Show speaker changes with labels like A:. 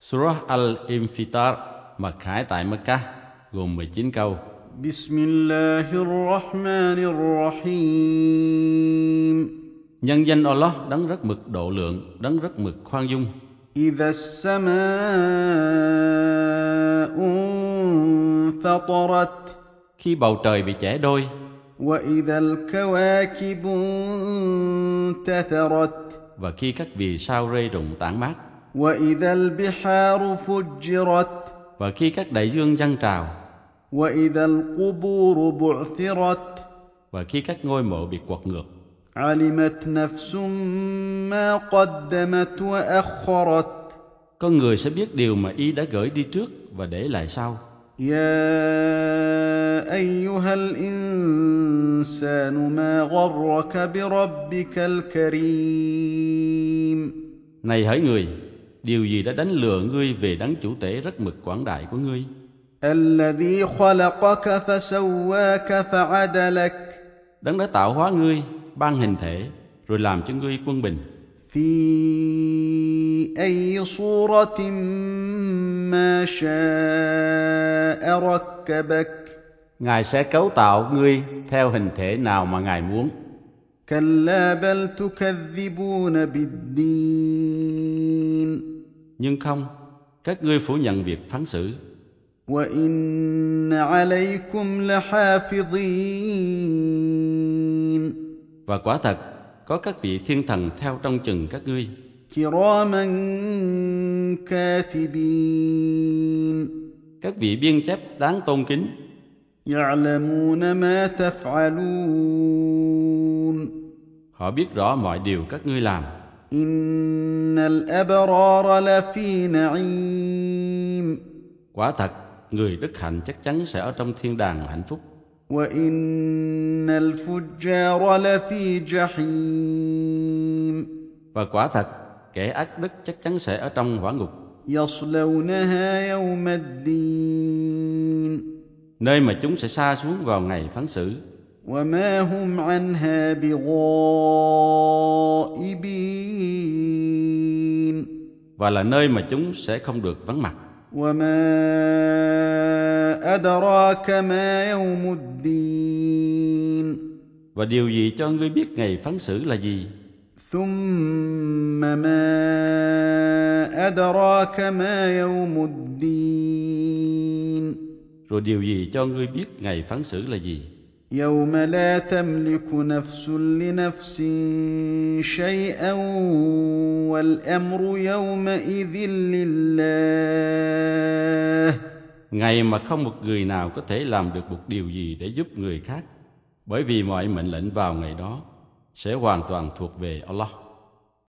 A: Surah Al-Infitar mặc khải tại Mecca gồm 19 câu.
B: بسم الله الرحمن الرحيم
A: Nhân danh Allah đấng rất mực độ lượng, đấng rất mực khoan dung.
B: إذا السماء انفطرت
A: Khi bầu trời bị chẻ đôi,
B: وإذا الكواكب انتثرت
A: và khi các vì sao rơi rụng tản mát,
B: وإذا البحار فجرت
A: và khi các đại dương dâng trào,
B: وإذا القبور بعثرت
A: và khi các ngôi mộ bị quật ngược.
B: علمت نفس ما قدمت وأخرت
A: Con người sẽ biết điều mà y đã gửi đi trước và để lại sau.
B: يا أيها الإنسان ما غرك بربك الكريم
A: Này hỡi người, điều gì đã đánh lừa ngươi về đấng chủ tể rất mực quảng đại của ngươi?
B: الذي خلقك فسواك فعدلك
A: Đấng đã tạo hóa ngươi, ban hình thể, rồi làm cho ngươi quân bình.
B: في أي صورة ما شاء ركبك
A: Ngài sẽ cấu tạo ngươi theo hình thể nào mà Ngài muốn.
B: كلا بل تكذبون بالدين
A: Nhưng không, các ngươi phủ nhận việc phán xử.
B: وإن عليكم لحافظين
A: Và quả thật, có các vị thiên thần theo trong chừng các ngươi,
B: كراما كاتبين
A: các vị biên chép đáng tôn kính,
B: يعلمون ما تفعلون
A: họ biết rõ mọi điều các ngươi làm.
B: إن الأبرار لفي نعيم
A: Quả thật, người đức hạnh chắc chắn sẽ ở trong thiên đàng hạnh phúc,
B: وإن الفجار لفي جحيم
A: và quả thật, kẻ ác đức chắc chắn sẽ ở trong hỏa ngục,
B: يصلونها يوم الدين
A: nơi mà chúng sẽ sa xuống vào ngày phán xử,
B: وما هم عنها بغائبين
A: và là nơi mà chúng sẽ không được vắng mặt.
B: وما أدراك ما يوم الدين
A: Và điều gì cho ngươi biết ngày phán xử là gì?
B: ثم ما أدراك ما يوم الدين
A: Rồi điều gì cho ngươi biết ngày phán xử là gì?
B: يوم لا تملك نفس لنفس شيئا والأمر يومئذ لله
A: Ngày mà không một người nào có thể làm được một điều gì để giúp người khác, bởi vì mọi mệnh lệnh vào ngày đó sẽ hoàn toàn thuộc về Allah.